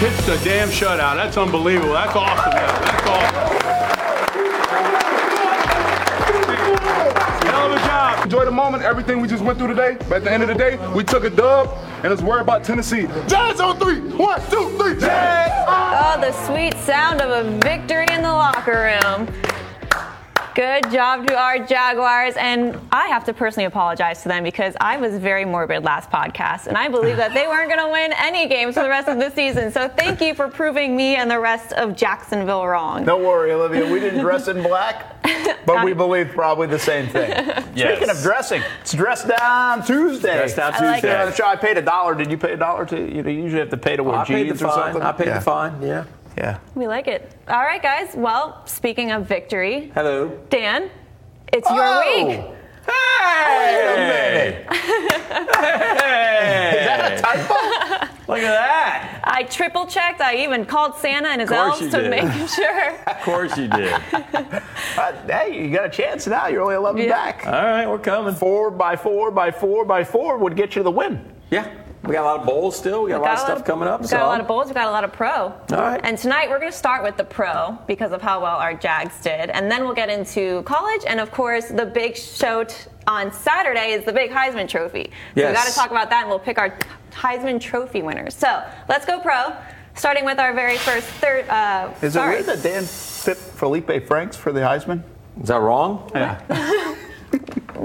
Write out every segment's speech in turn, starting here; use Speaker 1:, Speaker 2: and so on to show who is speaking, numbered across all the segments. Speaker 1: pitched a damn shutout. That's unbelievable. That's awesome, man. That's awesome. Hell of a job.
Speaker 2: Enjoy the moment, everything we just went through today. But at the end of the day, we took a dub and let's worry about Tennessee. Jazz on three. One, two, three. Jazz.
Speaker 3: Oh, the sweet sound of a victory in the locker room. Good job to our Jaguars. And I have to personally apologize to them because I was very morbid last podcast. And I believe that they weren't going to win any games for the rest of the season. So thank you for proving me and the rest of Jacksonville wrong.
Speaker 4: Don't worry, Olivia. We didn't dress in black, but we believe probably the same thing. Speaking of dressing, it's dress down Tuesday.
Speaker 5: Dress down
Speaker 3: I like
Speaker 5: Tuesday.
Speaker 3: it.
Speaker 4: I'm sure I paid a dollar. Did you pay a dollar to? You know, you usually have to pay to wear
Speaker 5: Oh, I
Speaker 4: jeans
Speaker 5: paid the
Speaker 4: or
Speaker 5: fine.
Speaker 4: something.
Speaker 5: I paid
Speaker 4: Yeah.
Speaker 5: the fine. Yeah.
Speaker 4: Yeah.
Speaker 3: We like it. All right, guys. Well, speaking of victory,
Speaker 5: Hello.
Speaker 3: Dan, it's your
Speaker 4: Oh!
Speaker 3: week.
Speaker 5: Hey!
Speaker 4: Is that a typo?
Speaker 5: Look at that.
Speaker 3: I triple checked. I even called Santa and his
Speaker 5: Of
Speaker 3: elves
Speaker 5: course you
Speaker 3: to
Speaker 5: did.
Speaker 3: make sure.
Speaker 5: Of course you did.
Speaker 4: Uh, hey, you got a chance now. You're only 11
Speaker 3: Yeah.
Speaker 4: back.
Speaker 5: All right, we're coming.
Speaker 4: Four by four by four by four would get you the win.
Speaker 5: Yeah. We got a lot of bowls still. We got a lot of stuff coming up.
Speaker 3: We've
Speaker 5: so.
Speaker 3: got a lot of bowls. We've got a lot of pro. All
Speaker 5: right.
Speaker 3: And tonight we're going to start with the pro because of how well our Jags did, and then we'll get into college, and of course the big show t- on Saturday is the big Heisman Trophy. So we
Speaker 5: Yes.
Speaker 3: got to talk about that, and we'll pick our Heisman Trophy winners. So let's go pro, starting with our very first third. Uh,
Speaker 4: Is
Speaker 3: sorry.
Speaker 4: it weird that Dan fit Felipe Franks for the Heisman?
Speaker 5: Is that wrong?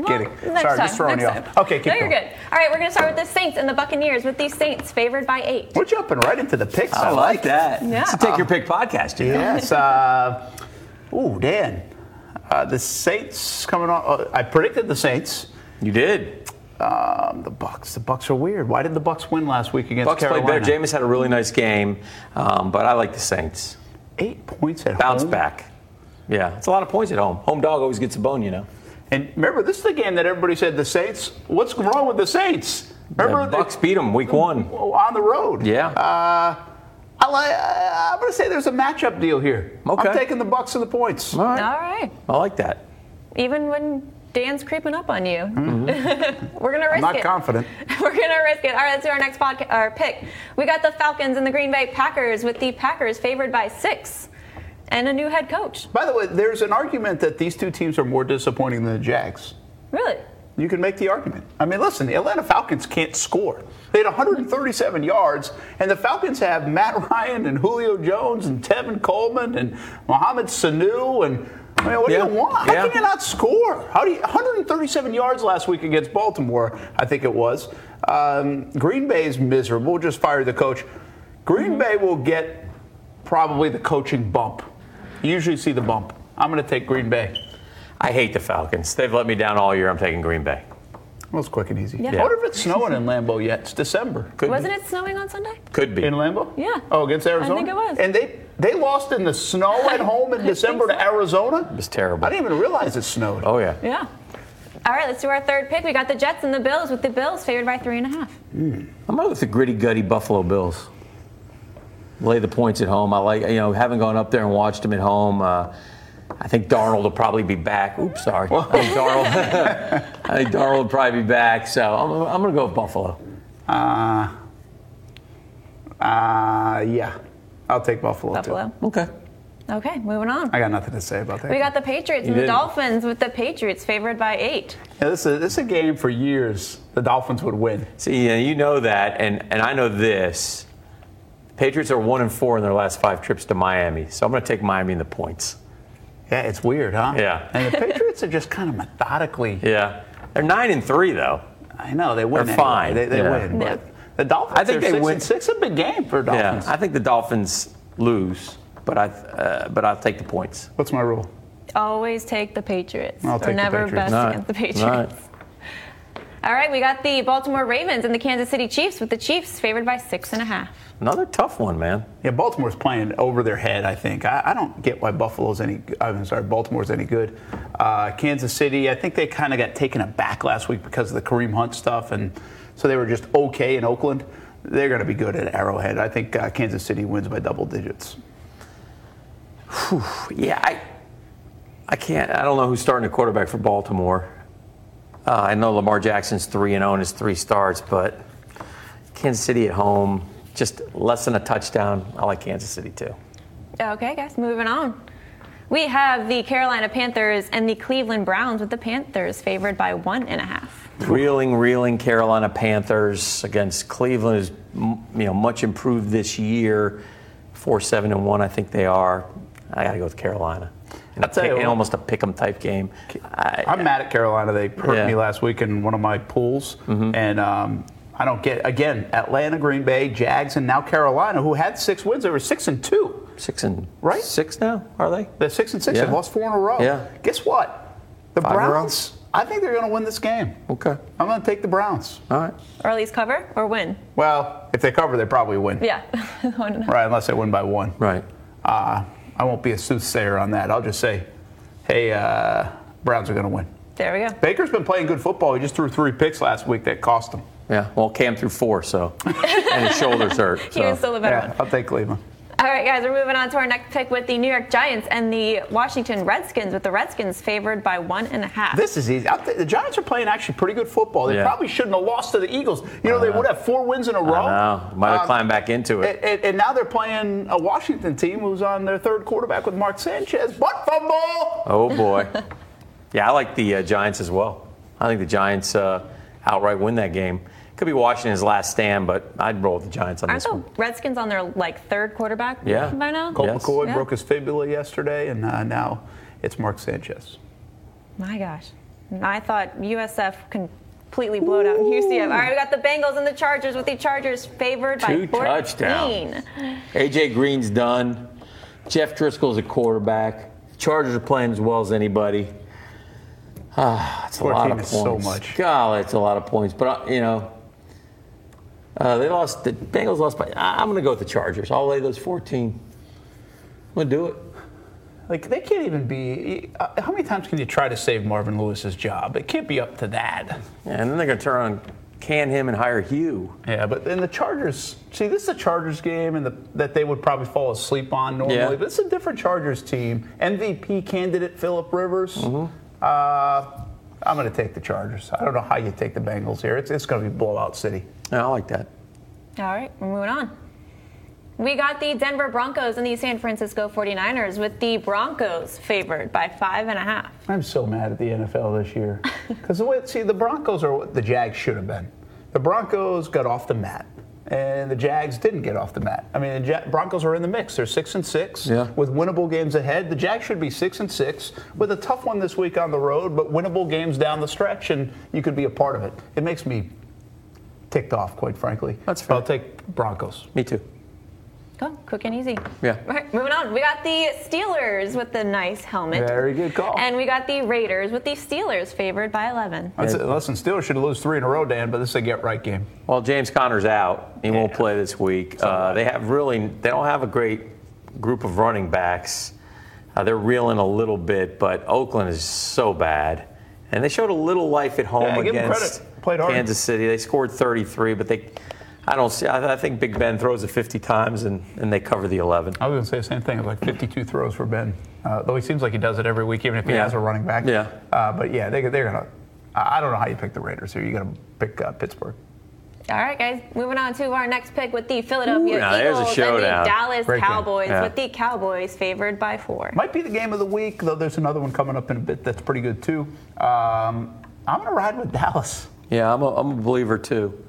Speaker 4: Kidding.
Speaker 3: Next
Speaker 4: Sorry,
Speaker 3: time,
Speaker 4: just throwing
Speaker 3: next
Speaker 4: you
Speaker 3: time.
Speaker 4: off. Okay, keep
Speaker 3: No, you're
Speaker 4: going.
Speaker 3: good. All right, we're going to start with the Saints and the Buccaneers with the Saints favored by eight.
Speaker 4: We're jumping right into the picks.
Speaker 5: I like that.
Speaker 3: Yeah.
Speaker 5: It's a take your pick podcast, you know?
Speaker 4: Yes. Uh, ooh, Dan. Uh, the Saints coming on. Uh, I predicted the Saints.
Speaker 5: You did.
Speaker 4: Um, the Bucks. The Bucks are weird. Why did the Bucks win last week against
Speaker 5: Bucks
Speaker 4: Carolina?
Speaker 5: played better. Jameis had a really nice game, um, but I like the Saints.
Speaker 4: Eight points at
Speaker 5: Bounce
Speaker 4: home.
Speaker 5: back. Yeah, it's a lot of points at home. Home dog always gets a bone, you know.
Speaker 4: And remember, this is the game that everybody said the Saints. What's wrong with the Saints? Remember
Speaker 5: The Bucks beat them week one.
Speaker 4: the, on the road.
Speaker 5: Yeah.
Speaker 4: Uh, I li- uh, I'm going to say there's a matchup deal here.
Speaker 5: Okay.
Speaker 4: I'm taking the Bucks and the points.
Speaker 5: All
Speaker 3: All
Speaker 5: right.
Speaker 3: right.
Speaker 5: I like that.
Speaker 3: even when Dan's creeping up on you. We're gonna risk
Speaker 4: Mm-hmm. I'm not
Speaker 3: it.
Speaker 4: confident.
Speaker 3: We're gonna risk it. All right, let's do our next podca- our pick. We got the Falcons and the Green Bay Packers with the Packers favored by six, and a new head coach.
Speaker 4: By the way, there's an argument that these two teams are more disappointing than the Jags.
Speaker 3: Really?
Speaker 4: You can make the argument. I mean, listen, the Atlanta Falcons can't score. They had 137 yards, and the Falcons have Matt Ryan and Julio Jones and Tevin Coleman and Mohamed Sanu and. I mean, what
Speaker 5: Yeah.
Speaker 4: do you want? How
Speaker 5: Yeah.
Speaker 4: can you not score? How do you, 137 yards last week against Baltimore, I think it was. Um, Green Bay is miserable. We'll just fire the coach. Green
Speaker 5: Mm-hmm.
Speaker 4: Bay will get probably the coaching bump. You usually see the bump. I'm going to take Green Bay.
Speaker 5: I hate the Falcons. They've let me down all year. I'm taking Green Bay.
Speaker 4: Well, it's quick and easy.
Speaker 3: Yeah.
Speaker 4: I wonder if it's snowing in Lambeau yet. It's December.
Speaker 5: Could
Speaker 3: Wasn't
Speaker 5: be.
Speaker 3: it snowing on Sunday?
Speaker 5: Could be.
Speaker 4: In Lambeau?
Speaker 3: Yeah.
Speaker 4: Oh, against Arizona?
Speaker 3: think it was.
Speaker 4: And they they lost in the snow at home in December to Arizona? It
Speaker 5: was terrible.
Speaker 4: I didn't even realize it snowed.
Speaker 5: Oh yeah.
Speaker 3: Yeah. All right, let's do our third pick. We got the Jets and the Bills with the Bills favored by three and a half.
Speaker 5: I'm going with the gritty gutty Buffalo Bills. Lay the points at home. I like you know having gone up there and watched them at home. Uh, I think Darnold will probably be back. Oops, sorry. I think Darnold. I think Darnold will probably be back. So I'm, I'm going to go with Buffalo.
Speaker 4: Uh, uh, yeah. I'll take Buffalo, too.
Speaker 3: Buffalo.
Speaker 5: Okay.
Speaker 3: Okay, moving on.
Speaker 4: I got nothing to say about that.
Speaker 3: We got the Patriots and the
Speaker 5: didn't.
Speaker 3: Dolphins with the Patriots favored by eight.
Speaker 4: Yeah, this, is, this is a game for years the Dolphins would win.
Speaker 5: See, yeah, you know that, and and I know this. Patriots are one and four in their last five trips to Miami. So I'm going to take Miami in the points.
Speaker 4: Yeah, it's weird, huh?
Speaker 5: Yeah.
Speaker 4: And the Patriots are just kind of methodically.
Speaker 5: Yeah. They're nine and three though.
Speaker 4: I know, they win.
Speaker 5: They're
Speaker 4: anyway.
Speaker 5: fine.
Speaker 4: They, they
Speaker 5: Yeah.
Speaker 4: win.
Speaker 3: Yeah.
Speaker 4: But the Dolphins
Speaker 5: I think
Speaker 4: are
Speaker 5: they
Speaker 4: six
Speaker 5: win.
Speaker 4: And six a big game for
Speaker 5: Yeah.
Speaker 4: Dolphins.
Speaker 5: I think the Dolphins lose, but I uh, but I'll take the points.
Speaker 4: What's my rule?
Speaker 3: Always take the Patriots.
Speaker 4: I'll
Speaker 3: or
Speaker 4: take the
Speaker 3: never
Speaker 4: Patriots.
Speaker 3: best
Speaker 5: All
Speaker 3: against the
Speaker 5: right.
Speaker 3: Patriots.
Speaker 5: All right.
Speaker 3: All right, we got the Baltimore Ravens and the Kansas City Chiefs with the Chiefs favored by six and a half.
Speaker 5: Another tough one, man.
Speaker 4: Yeah, Baltimore's playing over their head. I think. I, I don't get why Buffalo's any. I'm sorry, Baltimore's any good. Uh, Kansas City. I think they kind of got taken aback last week because of the Kareem Hunt stuff, and so they were just okay in Oakland. They're going to be good at Arrowhead. I think uh, Kansas City wins by double digits.
Speaker 5: Yeah, I, I can't. I don't know who's starting a quarterback for Baltimore. Uh, oh I know Lamar Jackson's three and zero in his three starts, but Kansas City at home. just less than a touchdown. I like Kansas City too.
Speaker 3: Okay, guys, moving on. We have the Carolina Panthers and the Cleveland Browns with the Panthers favored by one and a half.
Speaker 5: Reeling, reeling Carolina Panthers against Cleveland is m- you know much improved this year. Four seven and one, I think they are. I got to go with Carolina. In, a
Speaker 4: I'll tell
Speaker 5: pick-
Speaker 4: you
Speaker 5: in
Speaker 4: what.
Speaker 5: almost a pick 'em type game. I,
Speaker 4: I'm mad at Carolina. They hurt
Speaker 5: Yeah. Mm-hmm.
Speaker 4: me last week in one of my pools, and um, I don't get again. Atlanta, Green Bay, Jags, and now Carolina, who had six wins, they were six and two.
Speaker 5: six and
Speaker 4: Right?
Speaker 5: six now are they?
Speaker 4: They're six and six.
Speaker 5: Yeah.
Speaker 4: They've lost four in a row.
Speaker 5: Yeah.
Speaker 4: Guess what? The
Speaker 5: Five in a row.
Speaker 4: Browns. I think they're going to win this game.
Speaker 5: Okay.
Speaker 4: I'm going to take the Browns.
Speaker 5: All right.
Speaker 3: Or at least cover or win.
Speaker 4: Well, if they cover, they probably win.
Speaker 3: Yeah. One and a half.
Speaker 4: Right, unless they win by one.
Speaker 5: Right.
Speaker 4: Uh, I won't be a soothsayer on that. I'll just say, hey, uh, Browns are going to win.
Speaker 3: There we go.
Speaker 4: Baker's been playing good football. He just threw three picks last week that cost him.
Speaker 5: Yeah. Well, Cam threw four, so and his shoulders hurt.
Speaker 3: He
Speaker 5: so.
Speaker 3: was still the better
Speaker 4: Yeah,
Speaker 3: one.
Speaker 4: I'll take Cleveland.
Speaker 3: All right, guys, we're moving on to our next pick with the New York Giants and the Washington Redskins with the Redskins favored by one and a half.
Speaker 4: This is easy. I think the Giants are playing actually pretty good football. They
Speaker 5: Yeah.
Speaker 4: probably shouldn't have lost to the Eagles. You know, they
Speaker 5: know.
Speaker 4: would have four wins in a row.
Speaker 5: I know. Might have
Speaker 4: Um,
Speaker 5: climbed back into it.
Speaker 4: And, and- and now they're playing a Washington team who's on their third quarterback with Mark Sanchez. Butt fumble!
Speaker 5: Oh boy. yeah, I like the uh, Giants as well. I think the Giants uh, outright win that game. Could be Washington's last stand, but I'd roll with the Giants on
Speaker 3: Aren't
Speaker 5: this
Speaker 3: the
Speaker 5: one.
Speaker 3: Redskins on their like third quarterback
Speaker 5: Yeah.
Speaker 3: by now?
Speaker 4: Colt
Speaker 5: Yes.
Speaker 4: McCoy
Speaker 3: Yeah.
Speaker 4: broke his fibula yesterday, and uh, now it's Mark Sanchez.
Speaker 3: My gosh. I thought USF completely blowed out UCF. All right, we got the Bengals and the Chargers with the Chargers favored
Speaker 5: Two
Speaker 3: by 14.
Speaker 5: touchdowns. AJ Green's done. Jeff Driscoll's a quarterback. Chargers are playing as well as anybody. Ah, it's a lot
Speaker 4: 14
Speaker 5: of
Speaker 4: is
Speaker 5: points.
Speaker 4: so much.
Speaker 5: Golly, it's a lot of points. But uh, you know, uh, they lost. The Bengals lost by. I- I'm going to go with the Chargers. I'll lay those 14. I'm going to do it.
Speaker 4: Like they can't even be. uh, How many times can you try to save Marvin Lewis's job? It can't be up to that.
Speaker 5: Yeah, and then they're going to turn on can him and hire Hugh.
Speaker 4: Yeah, but then the Chargers. See, this is a Chargers game, and the, that they would probably fall asleep on normally.
Speaker 5: Yeah.
Speaker 4: But it's a different Chargers team. MVP candidate Philip Rivers. Uh, I'm going to take the Chargers. I don't know how you take the Bengals here. It's it's going to be blowout city.
Speaker 5: Yeah, I like that.
Speaker 3: All right, we're moving on. We got the Denver Broncos and the San Francisco 49ers with the Broncos favored by five and a half.
Speaker 4: I'm so mad at the NFL this year because the way see the Broncos are what the Jags should have been. The Broncos got off the mat, and the Jags didn't get off the mat. I mean, the ja- Broncos are in the mix. They're six and six
Speaker 5: Yeah.
Speaker 4: with winnable games ahead. The Jags should be six and six with a tough one this week on the road, but winnable games down the stretch, and you could be a part of it. It makes me ticked off, quite frankly.
Speaker 5: That's
Speaker 4: But I'll
Speaker 5: fair.
Speaker 4: take Broncos.
Speaker 5: Me too.
Speaker 3: Go, quick and easy.
Speaker 5: Yeah.
Speaker 3: All right, moving on. We got the Steelers with the nice helmet.
Speaker 4: Very good call.
Speaker 3: And we got the Raiders with the Steelers favored by 11.
Speaker 4: Listen, listen, Steelers should lose three in a row, Dan, but this is a get right game.
Speaker 5: Well, James Conner's out. He won't
Speaker 4: Yeah.
Speaker 5: play this week. Uh, they have really they don't have a great group of running backs. Uh, they're reeling a little bit, but Oakland is so bad. And they showed a little life at home
Speaker 4: Yeah, give 'em
Speaker 5: against
Speaker 4: credit. Played hard.
Speaker 5: Kansas City. They scored 33, but they I don't see I, I think Big Ben throws it 50 times and, and they cover the 11.
Speaker 4: I was going to say the same thing. It was like 52 throws for Ben. Uh, though he seems like he does it every week, even if he
Speaker 5: Yeah.
Speaker 4: has a running back.
Speaker 5: Yeah.
Speaker 4: Uh, but yeah, they, they're going to. I I don't know how you pick the Raiders here. You're going to pick uh, Pittsburgh.
Speaker 3: All right, guys, moving on to our next pick with the Philadelphia
Speaker 5: Ooh, now there's a
Speaker 3: Eagles and the
Speaker 5: showdown.
Speaker 3: Dallas
Speaker 4: Great game.
Speaker 3: Cowboys
Speaker 5: Yeah.
Speaker 3: with the Cowboys favored by four.
Speaker 4: Might be the game of the week, though there's another one coming up in a bit that's pretty good, too. Um, I'm going to ride with Dallas.
Speaker 5: Yeah, I'm a, I'm a believer too.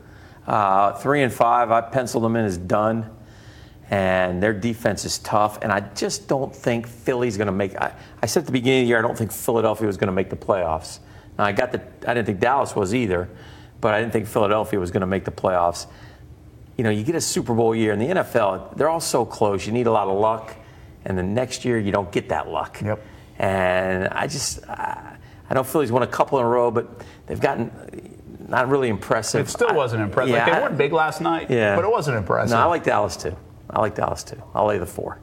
Speaker 5: Uh, three and five, I penciled them in as done, and their defense is tough. And I just don't think Philly's going to make. I, I said at the beginning of the year, I don't think Philadelphia was going to make the playoffs. Now I got the. I didn't think Dallas was either, but I didn't think Philadelphia was going to make the playoffs. You know, you get a Super Bowl year in the NFL, they're all so close. You need a lot of luck, and the next year you don't get that luck.
Speaker 4: Yep.
Speaker 5: And I just, I, I know Philly's won a couple in a row, but they've gotten uh, not really impressive.
Speaker 4: It still
Speaker 5: I-
Speaker 4: wasn't impressive.
Speaker 5: Yeah,
Speaker 4: like, they
Speaker 5: I-
Speaker 4: weren't big last night,
Speaker 5: Yeah.
Speaker 4: but it wasn't impressive.
Speaker 5: No, I like Dallas too. I like Dallas too. I'll lay the four.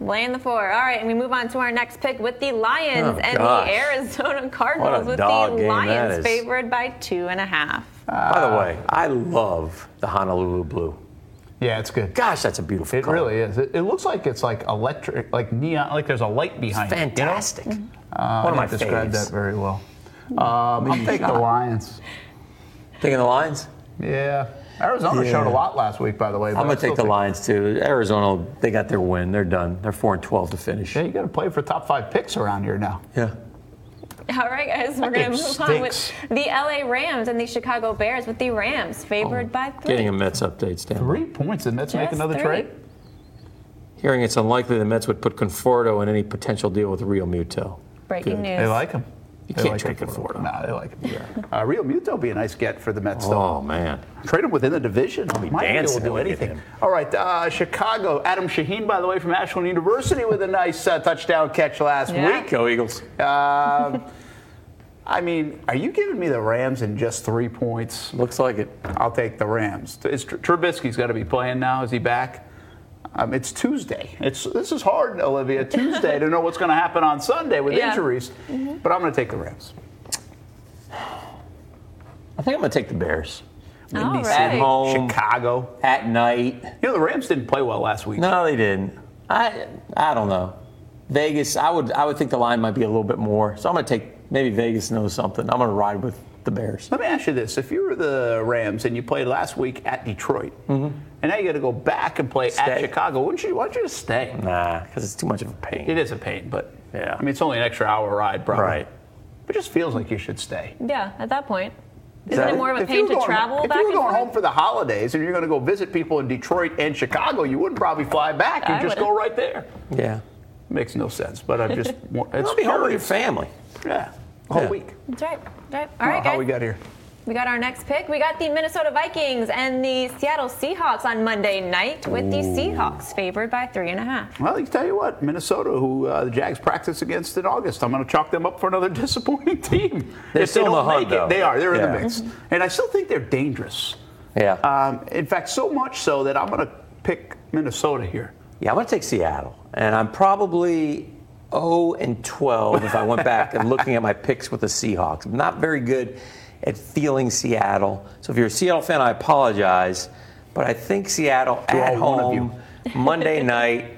Speaker 3: Laying the four. All right, and we move on to our next pick with the Lions
Speaker 5: Oh,
Speaker 3: and
Speaker 5: gosh.
Speaker 3: the Arizona Cardinals with the
Speaker 5: dog game that
Speaker 3: Lions
Speaker 5: is.
Speaker 3: favored by two and a half.
Speaker 5: By
Speaker 4: Ah.
Speaker 5: the way, I love the Honolulu blue.
Speaker 4: yeah, it's good.
Speaker 5: Gosh, that's a beautiful
Speaker 4: It
Speaker 5: color.
Speaker 4: really is. It, it looks like it's like electric, like neon, like there's a light behind it. you know?
Speaker 5: Fantastic.
Speaker 4: Uh,
Speaker 5: One of
Speaker 4: I
Speaker 5: my
Speaker 4: described
Speaker 5: faves.
Speaker 4: that very well. Um, I'll take the Lions.
Speaker 5: Taking the Lions?
Speaker 4: Yeah. Arizona
Speaker 5: Yeah.
Speaker 4: showed a lot last week, by the way. but
Speaker 5: I'm
Speaker 4: I
Speaker 5: gonna
Speaker 4: still
Speaker 5: take the
Speaker 4: think-
Speaker 5: Lions too. Arizona, they got their win. They're done. They're four and twelve to finish.
Speaker 4: Yeah, you got to play for top five picks around here now.
Speaker 5: Yeah.
Speaker 3: All right, guys, we're
Speaker 4: game
Speaker 3: going to move on with
Speaker 4: stinks.
Speaker 3: the LA Rams and the Chicago Bears with the Rams favored by three.
Speaker 5: Getting a Mets update, Stan.
Speaker 4: Three points, and Mets Oh, make
Speaker 3: Just
Speaker 4: another
Speaker 3: three.
Speaker 4: trade.
Speaker 5: Hearing it's unlikely the Mets would put Conforto in any potential deal with Real Muto.
Speaker 3: Breaking
Speaker 5: Good.
Speaker 3: news.
Speaker 4: They like him.
Speaker 5: You
Speaker 4: They
Speaker 5: can't
Speaker 4: like
Speaker 5: trade
Speaker 4: him.
Speaker 5: Conforto.
Speaker 4: No, they like him. Yeah. Uh, Real Muto would be a nice get for the Mets, though.
Speaker 5: Oh man.
Speaker 4: Trade him within the division. I'll
Speaker 5: be
Speaker 4: will
Speaker 5: dancing
Speaker 4: do
Speaker 5: to look at
Speaker 4: anything.
Speaker 5: him.
Speaker 4: All right, uh, Chicago. Adam Shaheen, by the way, from Ashland University, with a nice uh, touchdown catch last
Speaker 3: Yeah.
Speaker 4: week.
Speaker 5: Go Eagles.
Speaker 4: Um, I mean, are you giving me the Rams in just three points?
Speaker 5: Looks like it.
Speaker 4: I'll take the Rams. Is Tr- Trubisky's got to be playing now. Is he back? Um, it's Tuesday. It's this is hard, Olivia. Tuesday to know what's going to happen on Sunday with
Speaker 3: Yeah.
Speaker 4: injuries. But I'm going to take the Rams.
Speaker 5: I think I'm gonna take the Bears.
Speaker 3: All
Speaker 5: At
Speaker 3: right.
Speaker 5: home,
Speaker 4: Chicago.
Speaker 5: at night.
Speaker 4: You know the Rams didn't play well last week.
Speaker 5: No, they didn't. I I don't know. Vegas, I would I would think the line might be a little bit more. So I'm gonna take maybe Vegas knows something. I'm gonna ride with the Bears.
Speaker 4: Let me ask you this: If you were the Rams and you played last week at Detroit, and now you got to go back and play at
Speaker 5: Mm-hmm. Stay.
Speaker 4: Chicago, wouldn't you? Why don't you just stay?
Speaker 5: Nah, because it's too much of a pain.
Speaker 4: It is a pain, but
Speaker 5: Yeah.
Speaker 4: I mean it's only an extra hour ride, probably.
Speaker 5: Right.
Speaker 4: But it just feels like you should stay.
Speaker 3: Yeah, at that point. Isn't
Speaker 4: So
Speaker 3: it more of a
Speaker 4: if you
Speaker 3: pain
Speaker 4: were
Speaker 3: to
Speaker 4: going-
Speaker 3: travel
Speaker 4: If
Speaker 3: back
Speaker 4: you were
Speaker 3: and
Speaker 4: going
Speaker 3: forth?
Speaker 4: home for the holidays and you're going to go visit people in Detroit and Chicago, you wouldn't probably fly back. You
Speaker 3: I
Speaker 4: just
Speaker 3: wouldn't.
Speaker 4: go right there.
Speaker 5: Yeah.
Speaker 4: Makes no sense, but I just want- it's
Speaker 5: I'll be home with your
Speaker 4: curious.
Speaker 5: family.
Speaker 4: Yeah, whole
Speaker 5: Yeah.
Speaker 4: week.
Speaker 3: That's right. That's right. All right,
Speaker 4: how
Speaker 3: guys.
Speaker 4: we got here?
Speaker 3: We got our next pick. We got the Minnesota Vikings and the Seattle Seahawks on Monday night with the Seahawks favored by three and a half.
Speaker 4: Well, you tell you what, Minnesota, who uh, the Jags practice against in August, I'm going to chalk them up for another disappointing team.
Speaker 5: They're
Speaker 4: If
Speaker 5: still
Speaker 4: they
Speaker 5: in the
Speaker 4: don't
Speaker 5: hunt,
Speaker 4: make
Speaker 5: though.
Speaker 4: It, they are. They're in
Speaker 5: Yeah.
Speaker 4: the mix, and I still think they're dangerous.
Speaker 5: Yeah.
Speaker 4: Um, in fact, so much so that I'm going to pick Minnesota here.
Speaker 5: Yeah, I'm going to take Seattle, and I'm probably 0 and 12 if I went back and looking at my picks with the Seahawks. I'm not very good at feeling Seattle. So if you're a Seattle fan, I apologize, but I think Seattle at
Speaker 4: all one of
Speaker 5: home Monday night.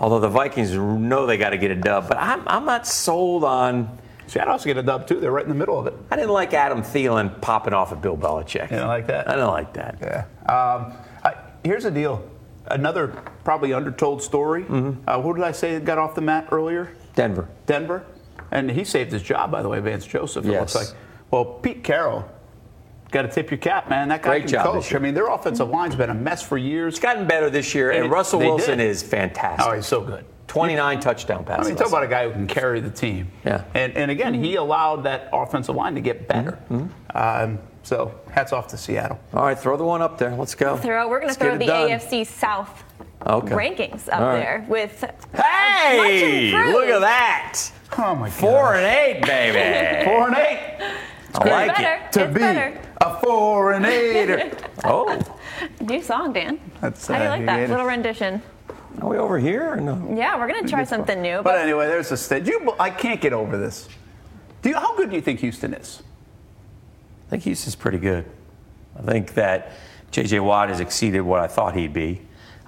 Speaker 5: Although the Vikings know they got to get a dub, but I'm, I'm not sold on.
Speaker 4: Seattle's going to dub too. They're right in the middle of it.
Speaker 5: I didn't like Adam Thielen popping off at Bill Belichick.
Speaker 4: You don't like that?
Speaker 5: I don't like that.
Speaker 4: Yeah. Um, I, here's the deal. Another probably undertold story.
Speaker 5: Mm-hmm.
Speaker 4: Uh, what did I say that got off the mat earlier?
Speaker 5: Denver.
Speaker 4: Denver. And he saved his job, by the way, Vance Joseph, it looks
Speaker 5: Yes.
Speaker 4: like. Well, Pete Carroll, got to tip your cap, man. That guy
Speaker 5: Great
Speaker 4: can
Speaker 5: job this
Speaker 4: coach. I
Speaker 5: year.
Speaker 4: mean, their offensive line's been a mess for years.
Speaker 5: It's gotten better this year, and
Speaker 4: It-
Speaker 5: Russell
Speaker 4: they
Speaker 5: Wilson
Speaker 4: did.
Speaker 5: is fantastic.
Speaker 4: Oh, he's so good.
Speaker 5: 29 touchdown
Speaker 4: I
Speaker 5: passes.
Speaker 4: mean, talk about a guy who can carry the team.
Speaker 5: Yeah.
Speaker 4: And, and again, he allowed that offensive line to get better.
Speaker 5: Mm-hmm.
Speaker 4: Um, so hats off to Seattle.
Speaker 5: All right, throw the one up there. Let's go.
Speaker 3: Throw, we're going to
Speaker 5: Let's
Speaker 3: throw
Speaker 5: get
Speaker 3: the
Speaker 5: it done.
Speaker 3: AFC South
Speaker 5: Okay.
Speaker 3: rankings up
Speaker 5: All right.
Speaker 3: there with.
Speaker 5: Hey,
Speaker 3: Much
Speaker 5: look at
Speaker 3: improved.
Speaker 5: that.
Speaker 4: Oh, my God.
Speaker 5: Four and eight, baby.
Speaker 4: Four and eight.
Speaker 5: I like
Speaker 3: better.
Speaker 5: it.
Speaker 4: to
Speaker 3: It's
Speaker 4: be
Speaker 3: better.
Speaker 4: a four and eighter.
Speaker 5: Oh,
Speaker 3: New song, Dan.
Speaker 4: That's,
Speaker 3: How do you
Speaker 4: uh,
Speaker 3: like that
Speaker 4: creative.
Speaker 3: little rendition?
Speaker 5: are we over here or no?
Speaker 3: Yeah, we're going to try something new.
Speaker 4: but
Speaker 3: But
Speaker 4: anyway, there's a stage. You, I can't get over this. Do you, how good do you think Houston is?
Speaker 5: I think Houston's pretty good. I think that J.J. Watt has exceeded what I thought he'd be.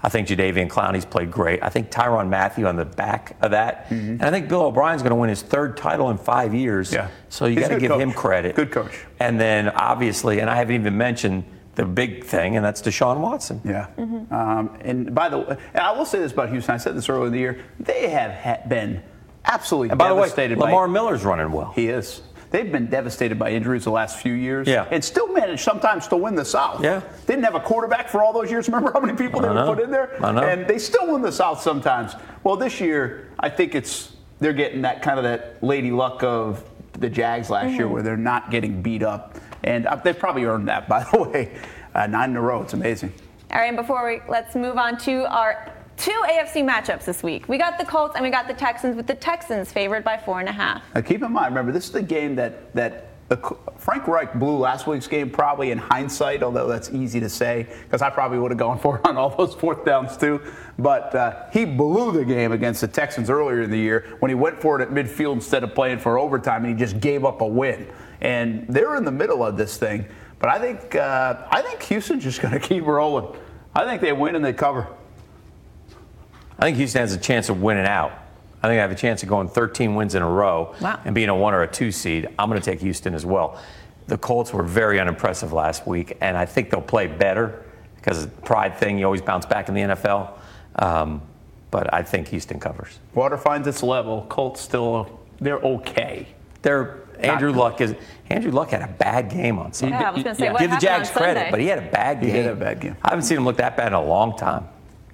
Speaker 5: I think Jadavian Clowney's played great. I think Tyron Matthew on the back of that.
Speaker 4: Mm-hmm.
Speaker 5: And I think Bill O'Brien's going to win his third title in five years.
Speaker 4: Yeah.
Speaker 5: So you
Speaker 4: He's a
Speaker 5: got to
Speaker 4: good
Speaker 5: give
Speaker 4: coach.
Speaker 5: him credit.
Speaker 4: Good coach.
Speaker 5: And then obviously, and I haven't even mentioned the big thing, and that's Deshaun Watson.
Speaker 4: Yeah. Um, and by the way, and I will say this about Houston. I said this earlier in the year. They have ha- been absolutely
Speaker 5: And by the way,
Speaker 4: devastated by
Speaker 5: Lamar Miller's running well.
Speaker 4: He is. They've been devastated by injuries the last few years.
Speaker 5: Yeah.
Speaker 4: And still managed sometimes to win the South.
Speaker 5: Yeah.
Speaker 4: They didn't have a quarterback for all those years. Remember how many people they
Speaker 5: I
Speaker 4: would
Speaker 5: know.
Speaker 4: put in there?
Speaker 5: I know.
Speaker 4: And they still win the South sometimes. Well, this year, I think it's they're getting that kind of that lady luck of the Jags last year where they're not getting beat up. And uh, they probably earned that, by the way. Uh, nine in a row. It's amazing.
Speaker 3: all right, and before we let's move on to our two AFC matchups this week. We got the Colts and we got the Texans with the Texans favored by four and a half.
Speaker 4: Now keep in mind, remember, this is the game that that the, C- Frank Reich blew last week's game, probably in hindsight, although that's easy to say because I probably would have gone for it on all those fourth downs too. But uh, he blew the game against the Texans earlier in the year when he went for it at midfield instead of playing for overtime, and he just gave up a win. And they're in the middle of this thing, but I think uh, I think Houston's just going to keep rolling. I think they win and they cover.
Speaker 5: I think Houston has a chance of winning out. I think I have a chance of going 13 wins in a row
Speaker 3: Wow.
Speaker 5: and being a one or a two seed. I'm going to take Houston as well. the Colts were very unimpressive last week, and I think they'll play better because of the pride thing. You always bounce back in the NFL. Um, but I think Houston covers.
Speaker 4: Water finds its level. Colts still, they're okay.
Speaker 5: They're, Andrew Luck is Andrew Luck had a bad game on Sunday.
Speaker 3: Yeah, I was gonna say, what
Speaker 5: Give the
Speaker 3: happened on
Speaker 5: Jags credit,
Speaker 3: Sunday?
Speaker 5: but he had a bad game.
Speaker 4: did have a bad game.
Speaker 5: I haven't seen him look that bad in a long time.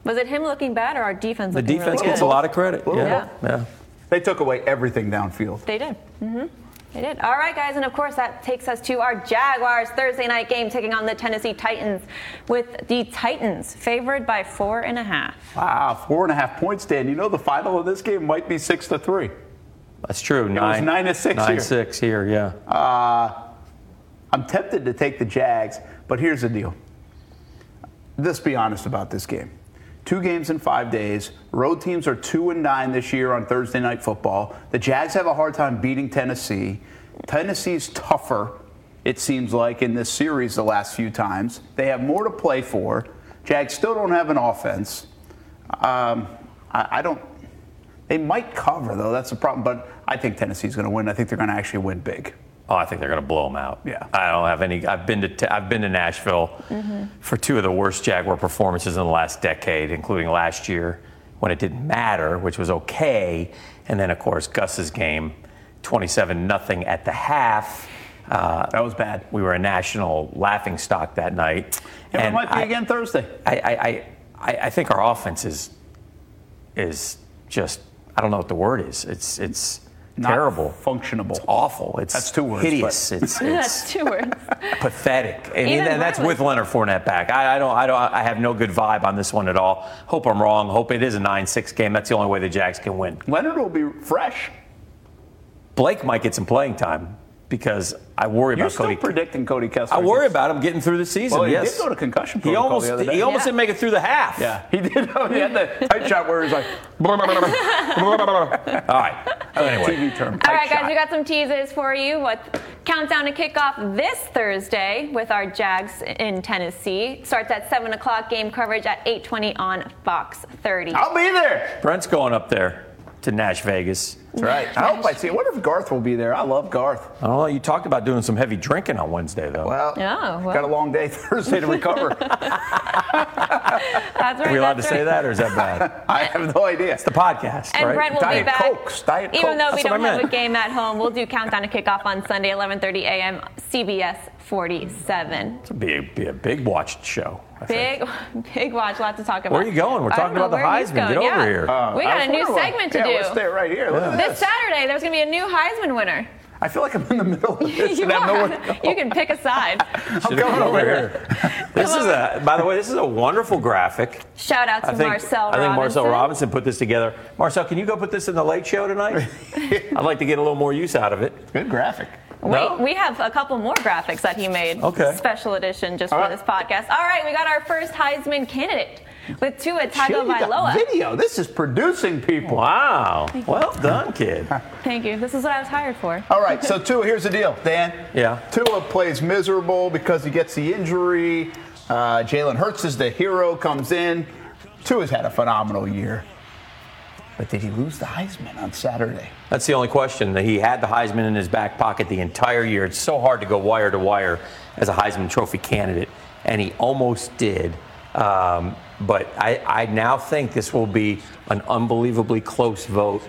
Speaker 3: Was it him looking bad or our defense
Speaker 5: The
Speaker 3: looking really
Speaker 5: defense
Speaker 3: good?
Speaker 5: gets a lot of credit.
Speaker 3: Yeah.
Speaker 5: Yeah. yeah.
Speaker 4: They took away everything downfield.
Speaker 3: They did. hmm They did. All right, guys, and of course that takes us to our Jaguars Thursday night game taking on the Tennessee Titans, with the Titans favored by four and a half.
Speaker 4: Wow, Ah, four and a half points, Dan. You know the final of this game might be six to three.
Speaker 5: That's true. Nine,
Speaker 4: nine to six
Speaker 5: Nine
Speaker 4: here.
Speaker 5: six here, yeah.
Speaker 4: I'm tempted to take the Jags, but here's the deal. Let's be honest about this game. Two games in five days. Road teams are two and nine this year on Thursday night football. The Jags have a hard time beating Tennessee. Tennessee's tougher, it seems like, in this series the last few times. They have more to play for. Jags still don't have an offense. Um, I, I don't. They might cover though. That's the problem. But I think Tennessee's going to win. I think they're going to actually win big.
Speaker 5: Oh, I think they're going to blow them out.
Speaker 4: Yeah.
Speaker 5: I don't have any. I've been to t- I've been to Nashville for two of the worst Jaguar performances in the last decade, including last year when it didn't matter, which was okay, and then of course Gus's game, 27 nothing at the half. Uh,
Speaker 4: That was bad.
Speaker 5: we were a national laughing stock that night.
Speaker 4: And, it
Speaker 5: And
Speaker 4: might be
Speaker 5: I-
Speaker 4: again Thursday.
Speaker 5: I, I, I- I, I think our offense is is just I don't know what the word is. It's it's
Speaker 4: Not
Speaker 5: terrible,
Speaker 4: functionable.
Speaker 5: It's awful. It's
Speaker 4: That's two words,
Speaker 5: Hideous. It's,
Speaker 3: That's
Speaker 5: it's
Speaker 3: two words.
Speaker 5: pathetic, and,
Speaker 3: Even
Speaker 5: and that's
Speaker 3: mine was-
Speaker 5: with Leonard Fournette back. I, I don't I don't I have no good vibe on this one at all. Hope I'm wrong. Hope it is a nine-six game. That's the only way the Jags can win.
Speaker 4: Leonard will be fresh.
Speaker 5: Blake might get some playing time because I worry
Speaker 4: You're
Speaker 5: about
Speaker 4: still
Speaker 5: Cody.
Speaker 4: predicting Cody Kessler.
Speaker 5: I worry
Speaker 4: gets-
Speaker 5: about him getting through the season.
Speaker 4: Well, he
Speaker 5: yes.
Speaker 4: did go to concussion
Speaker 5: He
Speaker 4: protocol
Speaker 5: almost
Speaker 4: the other day.
Speaker 5: he almost
Speaker 3: Yeah.
Speaker 5: didn't make it through the half.
Speaker 4: Yeah, he did. He had the tight shot where he's like,
Speaker 5: All right. Anyway.
Speaker 4: TV term.
Speaker 3: All
Speaker 4: tight
Speaker 3: right, guys,
Speaker 4: shot.
Speaker 3: we got some teases for you. What countdown to kickoff this Thursday with our Jags in Tennessee starts at seven o'clock. Game coverage at eight twenty on Fox thirty.
Speaker 5: Oh.
Speaker 4: I'll be there.
Speaker 5: Brent's going up there to Nash Vegas.
Speaker 4: That's right. I hope I see. it. I wonder if Garth will be there. I love Garth.
Speaker 5: I don't know. You talked about doing some heavy drinking on Wednesday, though.
Speaker 4: Well,
Speaker 3: Oh, well.
Speaker 4: got a long day Thursday to recover.
Speaker 3: That's right.
Speaker 5: Are we allowed to
Speaker 3: that's
Speaker 5: say
Speaker 3: right.
Speaker 5: that, or is that bad?
Speaker 4: I have no idea.
Speaker 5: It's the podcast,
Speaker 3: And
Speaker 5: right?
Speaker 3: Brent will be
Speaker 4: Diet
Speaker 3: back.
Speaker 4: Cokes, Diet
Speaker 3: Even
Speaker 4: Coke.
Speaker 3: though we
Speaker 5: That's what
Speaker 3: don't
Speaker 5: I
Speaker 3: have a
Speaker 5: meant.
Speaker 3: game at home, we'll do countdown to kickoff on Sunday, 11:30 a.m. CBS 47.
Speaker 5: It'll be a, be a big watched show. I think.
Speaker 3: Big, big watch. Lot to talk about.
Speaker 5: Where are you going? We're
Speaker 3: I don't
Speaker 5: talking about
Speaker 3: know
Speaker 5: the
Speaker 3: where he's
Speaker 5: Heisman. Get
Speaker 3: going.
Speaker 5: over
Speaker 3: Yeah.
Speaker 5: here.
Speaker 3: we
Speaker 4: Uh, I
Speaker 3: got
Speaker 4: was
Speaker 3: a new
Speaker 4: wondering,
Speaker 3: segment to
Speaker 4: yeah,
Speaker 3: do.
Speaker 4: Let's stay right here. Look at
Speaker 3: This Saturday, there's going to be a new Heisman winner.
Speaker 4: I feel like I'm in the middle of this.
Speaker 3: you
Speaker 4: and I have nowhere
Speaker 3: are.
Speaker 4: to go.
Speaker 3: You can pick a side.
Speaker 4: I'm
Speaker 5: Should've
Speaker 4: coming
Speaker 5: come
Speaker 4: over here.
Speaker 5: this is a. By the way, this is a wonderful graphic.
Speaker 3: Shout out to
Speaker 5: I think,
Speaker 3: Marcel
Speaker 5: I think
Speaker 3: Robinson.
Speaker 5: Marcel Robinson put this together. Marcel, can you go put this in the late show tonight? I'd like to get a little more use out of it.
Speaker 4: Good graphic.
Speaker 5: No?
Speaker 3: Wait, we have a couple more graphics that he made.
Speaker 5: Okay.
Speaker 3: Special edition just
Speaker 4: All
Speaker 3: for
Speaker 4: right.
Speaker 3: this podcast. All right, we got our first Heisman candidate with Tua
Speaker 4: Gee, you got
Speaker 3: Tagovailoa.
Speaker 4: video. This is producing people.
Speaker 5: Wow. Well done, kid.
Speaker 3: Thank you. This is what I was hired for.
Speaker 4: All right, so Tua, here's the deal, Dan.
Speaker 5: Yeah.
Speaker 4: Tua plays miserable because he gets the injury. Uh, Jalen Hurts is the hero, comes in. Tua's had a phenomenal year. But did he lose the Heisman on Saturday?
Speaker 5: That's the only question. That he had the Heisman in his back pocket the entire year. It's so hard to go wire to wire as a Heisman Trophy candidate, and he almost did. Um, but I, I now think this will be an unbelievably close vote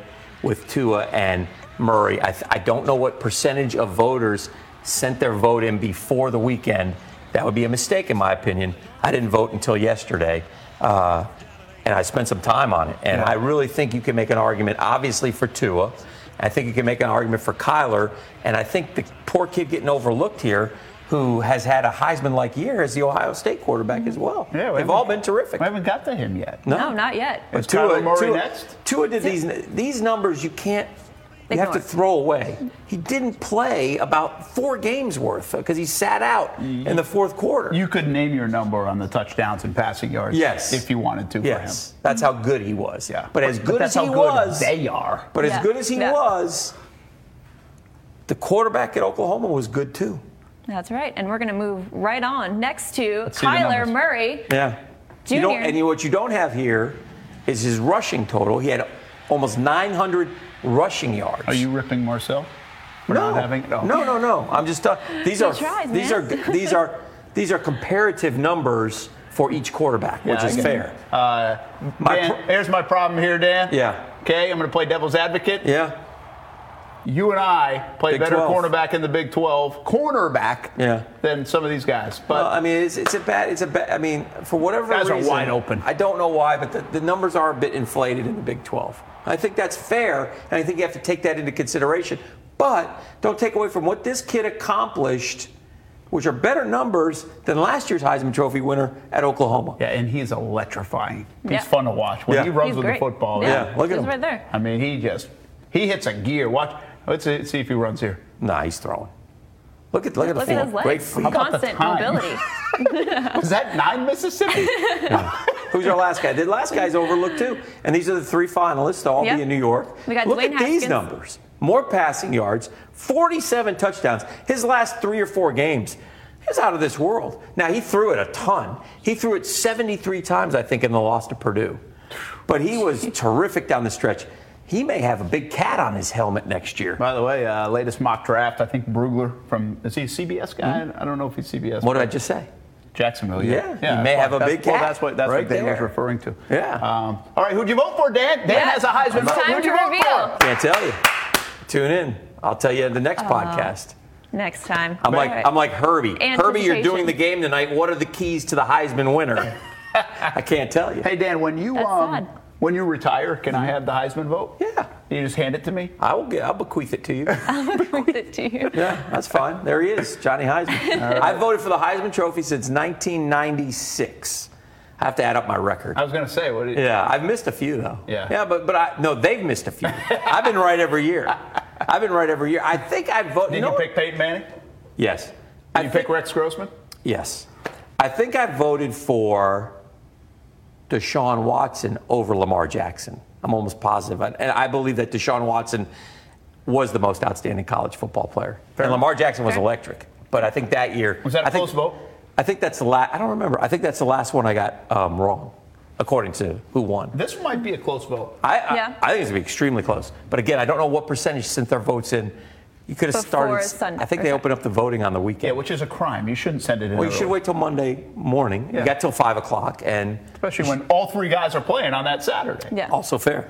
Speaker 5: with Tua and Murray. I, th- I don't know what percentage of voters sent their vote in before the weekend. That would be a mistake, in my opinion. I didn't vote until yesterday. Uh, and I spent some time on it. And I really think you can make an argument, obviously, for Tua. I think you can make an argument for Kyler. And I think the poor kid getting overlooked here, who has had a Heisman like year as the Ohio State quarterback as well.
Speaker 4: Mm-hmm. Yeah, we
Speaker 5: They've all
Speaker 4: haven't-
Speaker 5: been terrific.
Speaker 4: We haven't got to him yet.
Speaker 5: No.
Speaker 3: No, not yet.
Speaker 4: Is Kyler Murray next?
Speaker 5: Tua did these these numbers you can't you have to
Speaker 3: Ignore.
Speaker 5: throw away. He didn't play about four games worth because he sat out in the fourth quarter.
Speaker 4: You could name your number on the touchdowns and passing yards
Speaker 5: Yes.
Speaker 4: if you wanted to
Speaker 5: yes, that's how good he was.
Speaker 4: for him. Yeah.
Speaker 5: But as good
Speaker 4: that's
Speaker 5: as he
Speaker 4: how good
Speaker 5: was,
Speaker 4: they are.
Speaker 5: But
Speaker 3: Yeah.
Speaker 5: as good as he
Speaker 3: Yeah.
Speaker 5: was, the quarterback at Oklahoma was good too.
Speaker 3: That's right. And we're going to move right on next to
Speaker 4: see the
Speaker 3: Kyler
Speaker 4: numbers.
Speaker 3: Murray.
Speaker 5: Yeah. You don't,
Speaker 3: Junior.
Speaker 5: and you- what you don't have here is his rushing total. He had almost 900 rushing yards.
Speaker 4: Are you ripping Marcel? We're not having oh. it all.
Speaker 5: No, no, no. I'm just uh, these
Speaker 3: Good
Speaker 5: are
Speaker 3: tries,
Speaker 5: these
Speaker 3: man.
Speaker 5: are these are these are comparative numbers for each quarterback, which
Speaker 4: Yeah, I
Speaker 5: is
Speaker 4: get it.
Speaker 5: fair.
Speaker 4: Uh,
Speaker 5: My
Speaker 4: Dan,
Speaker 5: pro-
Speaker 4: here's my problem here, Dan.
Speaker 5: Yeah.
Speaker 4: Okay, I'm going to play devil's advocate.
Speaker 5: Yeah.
Speaker 4: You and I play
Speaker 5: Big
Speaker 4: better
Speaker 5: 12.
Speaker 4: cornerback in the Big 12, cornerback,
Speaker 5: Yeah.
Speaker 4: than some of these guys. But
Speaker 5: Well, I mean, it's, it's a bad. It's a bad. I mean, for whatever
Speaker 4: Guys are
Speaker 5: reason,
Speaker 4: wide open.
Speaker 5: I don't know why, but the, the numbers are a bit inflated in the Big 12. I think that's fair, and I think you have to take that into consideration. But don't take away from what this kid accomplished, which are better numbers than last year's Heisman Trophy winner at Oklahoma.
Speaker 4: yeah, and he's electrifying. He's
Speaker 3: Yeah.
Speaker 4: fun to watch when
Speaker 5: Yeah.
Speaker 4: he runs
Speaker 3: He's
Speaker 4: with the
Speaker 3: great.
Speaker 4: football.
Speaker 5: Yeah. look at
Speaker 3: he's
Speaker 5: him.
Speaker 3: right there.
Speaker 4: I mean, he just he hits a gear. Watch. Let's see see if he runs here.
Speaker 5: Nah, he's throwing. Look at look at the
Speaker 3: Look
Speaker 5: form.
Speaker 3: at his legs.
Speaker 5: Great feet.
Speaker 4: about the
Speaker 3: Constant
Speaker 4: time?
Speaker 3: mobility. Oh.
Speaker 4: Is that nine Mississippi?
Speaker 5: Who's our last guy? The last guy's overlooked too. And these are the three finalists. They'll all
Speaker 3: Yep.
Speaker 5: be in New York.
Speaker 3: We got
Speaker 5: Look
Speaker 3: Dwayne
Speaker 5: at these
Speaker 3: Haskins.
Speaker 5: numbers: more passing yards, 47 touchdowns. His last three or four games. He's out of this world. Now he threw it a ton. He threw it 73 times, I think, in the loss to Purdue. But he was terrific down the stretch. He may have a big cat on his helmet next year.
Speaker 4: By the way, uh, latest mock draft. I think Brugler from is he a CBS guy? I don't know if he's CBS.
Speaker 5: Hmm? What did I just say?
Speaker 4: Jacksonville.
Speaker 5: Yeah, he may
Speaker 4: that's
Speaker 5: have
Speaker 4: what-
Speaker 5: a big
Speaker 4: that's- Well,
Speaker 5: cat
Speaker 4: that's what that's
Speaker 5: right
Speaker 4: what Dan was
Speaker 5: there.
Speaker 4: referring to.
Speaker 5: Yeah.
Speaker 4: Um, all right, who'd you vote for, Dan? Dan
Speaker 3: Yeah.
Speaker 4: has a Heisman.
Speaker 3: It's
Speaker 4: vote.
Speaker 3: time
Speaker 4: Who'd
Speaker 3: to
Speaker 4: you vote for?
Speaker 3: reveal.
Speaker 5: Can't tell you. Tune in. I'll tell you in the next podcast.
Speaker 3: Next time.
Speaker 5: I'm like
Speaker 3: Alright.
Speaker 5: I'm like Herbie. Herbie, you're doing
Speaker 3: Anticipation.
Speaker 5: the game tonight. What are the keys to the Heisman winner? I can't tell you.
Speaker 4: Hey Dan, when you
Speaker 3: That's
Speaker 4: um,
Speaker 3: sad.
Speaker 4: when you retire, can I have the Heisman vote?
Speaker 5: Yeah.
Speaker 4: You just hand it to me.
Speaker 5: I will get. I'll bequeath it to you. yeah,
Speaker 3: Read it to you.
Speaker 5: that's fine. There he is, Johnny Heisman. I voted for the Heisman Trophy since 1996. I have to add up my record.
Speaker 4: I was gonna say what? Did,
Speaker 5: Yeah, I've missed a few though.
Speaker 4: Yeah.
Speaker 5: Yeah, but but I no, they've missed a few. I've been right every year. I've been right every year. I think I voted.
Speaker 4: Did you pick Peyton Manning? Did
Speaker 5: Yes. Did
Speaker 4: you pick Rex Grossman?
Speaker 5: Yes. I think I voted for Deshaun Watson over Lamar Jackson. I'm almost positive. And and I believe that Deshaun Watson was the most outstanding college football player. and Lamar Jackson was
Speaker 3: Fair.
Speaker 5: electric. But I think that year.
Speaker 4: Was that a
Speaker 5: I think-
Speaker 4: close vote?
Speaker 5: I think that's the last. I don't remember. I think that's the last one I got um, wrong, according to who won.
Speaker 4: This might be a close vote.
Speaker 5: I, I-
Speaker 3: Yeah.
Speaker 5: I, think it's going to be extremely close. But again, I don't know what percentage sent their votes in. You could have started.
Speaker 3: Before Sunday.
Speaker 5: I think they
Speaker 3: Okay.
Speaker 5: opened up the voting on the weekend.
Speaker 4: Yeah, which is a crime. You shouldn't send it in.
Speaker 5: Well, you
Speaker 4: early.
Speaker 5: should wait till Monday morning.
Speaker 4: Yeah.
Speaker 5: You got till five o'clock, and
Speaker 4: especially when all three guys are playing on that Saturday.
Speaker 3: Yeah.
Speaker 5: also fair.